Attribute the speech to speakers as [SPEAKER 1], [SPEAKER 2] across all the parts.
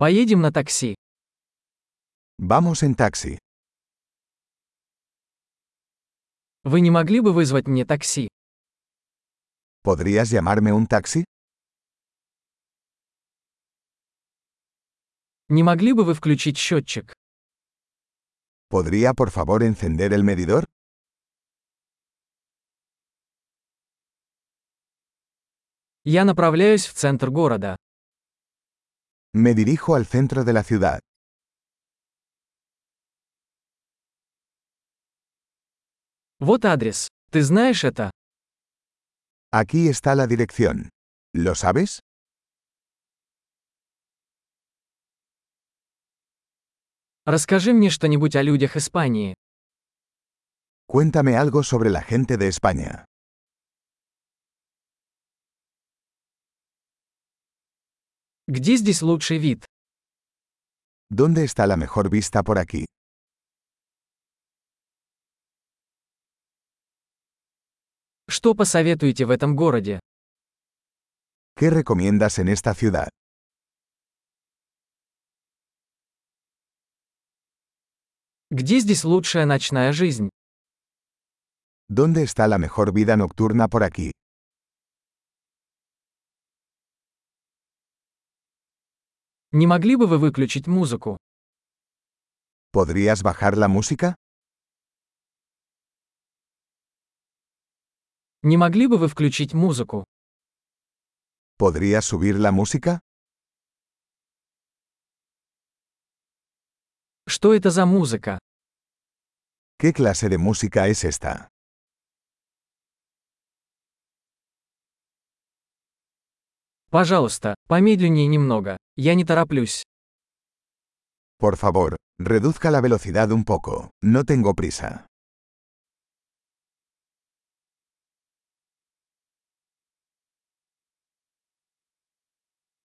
[SPEAKER 1] Поедем на такси.
[SPEAKER 2] Vamos en taxi.
[SPEAKER 1] Вы не могли бы вызвать мне такси?
[SPEAKER 2] ¿Podrías llamarme un taxi?
[SPEAKER 1] Не могли бы вы включить счетчик?
[SPEAKER 2] ¿Podría por favor encender el medidor?
[SPEAKER 1] Я направляюсь в центр города.
[SPEAKER 2] Me dirijo al centro de la ciudad.
[SPEAKER 1] Вот адрес. Ты знаешь это?
[SPEAKER 2] Aquí está la dirección. ¿Lo sabes?
[SPEAKER 1] Расскажи мне что-нибудь о людях Испании.
[SPEAKER 2] Cuéntame algo sobre la gente de España.
[SPEAKER 1] Где здесь лучший вид?
[SPEAKER 2] ¿Dónde está la mejor vista por aquí?
[SPEAKER 1] Что посоветуете в этом городе?
[SPEAKER 2] ¿Qué recomiendas en esta ciudad?
[SPEAKER 1] Где здесь лучшая ночная жизнь?
[SPEAKER 2] ¿Dónde está la mejor vida nocturna por aquí?
[SPEAKER 1] Не могли бы вы выключить музыку?
[SPEAKER 2] ¿Podrías bajar la música?
[SPEAKER 1] Не могли бы вы включить музыку?
[SPEAKER 2] ¿Podrías subir la música?
[SPEAKER 1] Что это за музыка?
[SPEAKER 2] ¿Qué clase de música es esta?
[SPEAKER 1] Пожалуйста, помедленнее немного. Я не тороплюсь.
[SPEAKER 2] Por favor, reduzca la velocidad un poco. No tengo prisa.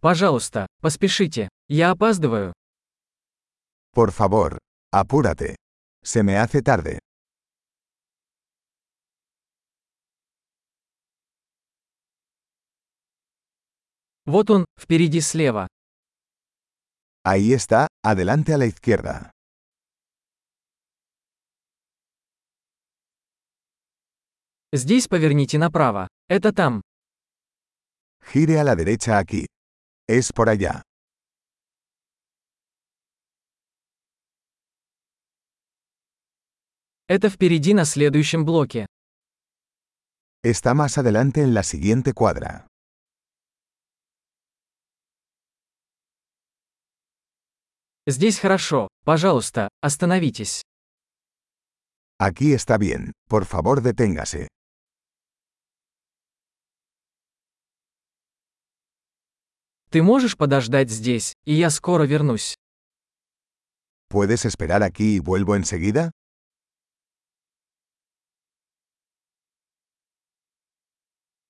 [SPEAKER 1] Пожалуйста, поспешите. Я опаздываю.
[SPEAKER 2] Por favor, apúrate. Se me hace tarde.
[SPEAKER 1] Вот он, впереди слева.
[SPEAKER 2] Ahí está, adelante a la izquierda.
[SPEAKER 1] Здесь поверните направо. Это там.
[SPEAKER 2] Gire a la derecha aquí. Es por allá.
[SPEAKER 1] Это впереди на следующем блоке.
[SPEAKER 2] Está más adelante en la siguiente cuadra.
[SPEAKER 1] Здесь хорошо. Пожалуйста, остановитесь.
[SPEAKER 2] Aquí está bien, por favor deténgase.
[SPEAKER 1] Ты можешь подождать здесь, и я скоро вернусь.
[SPEAKER 2] ¿Puedes esperar aquí y vuelvo enseguida?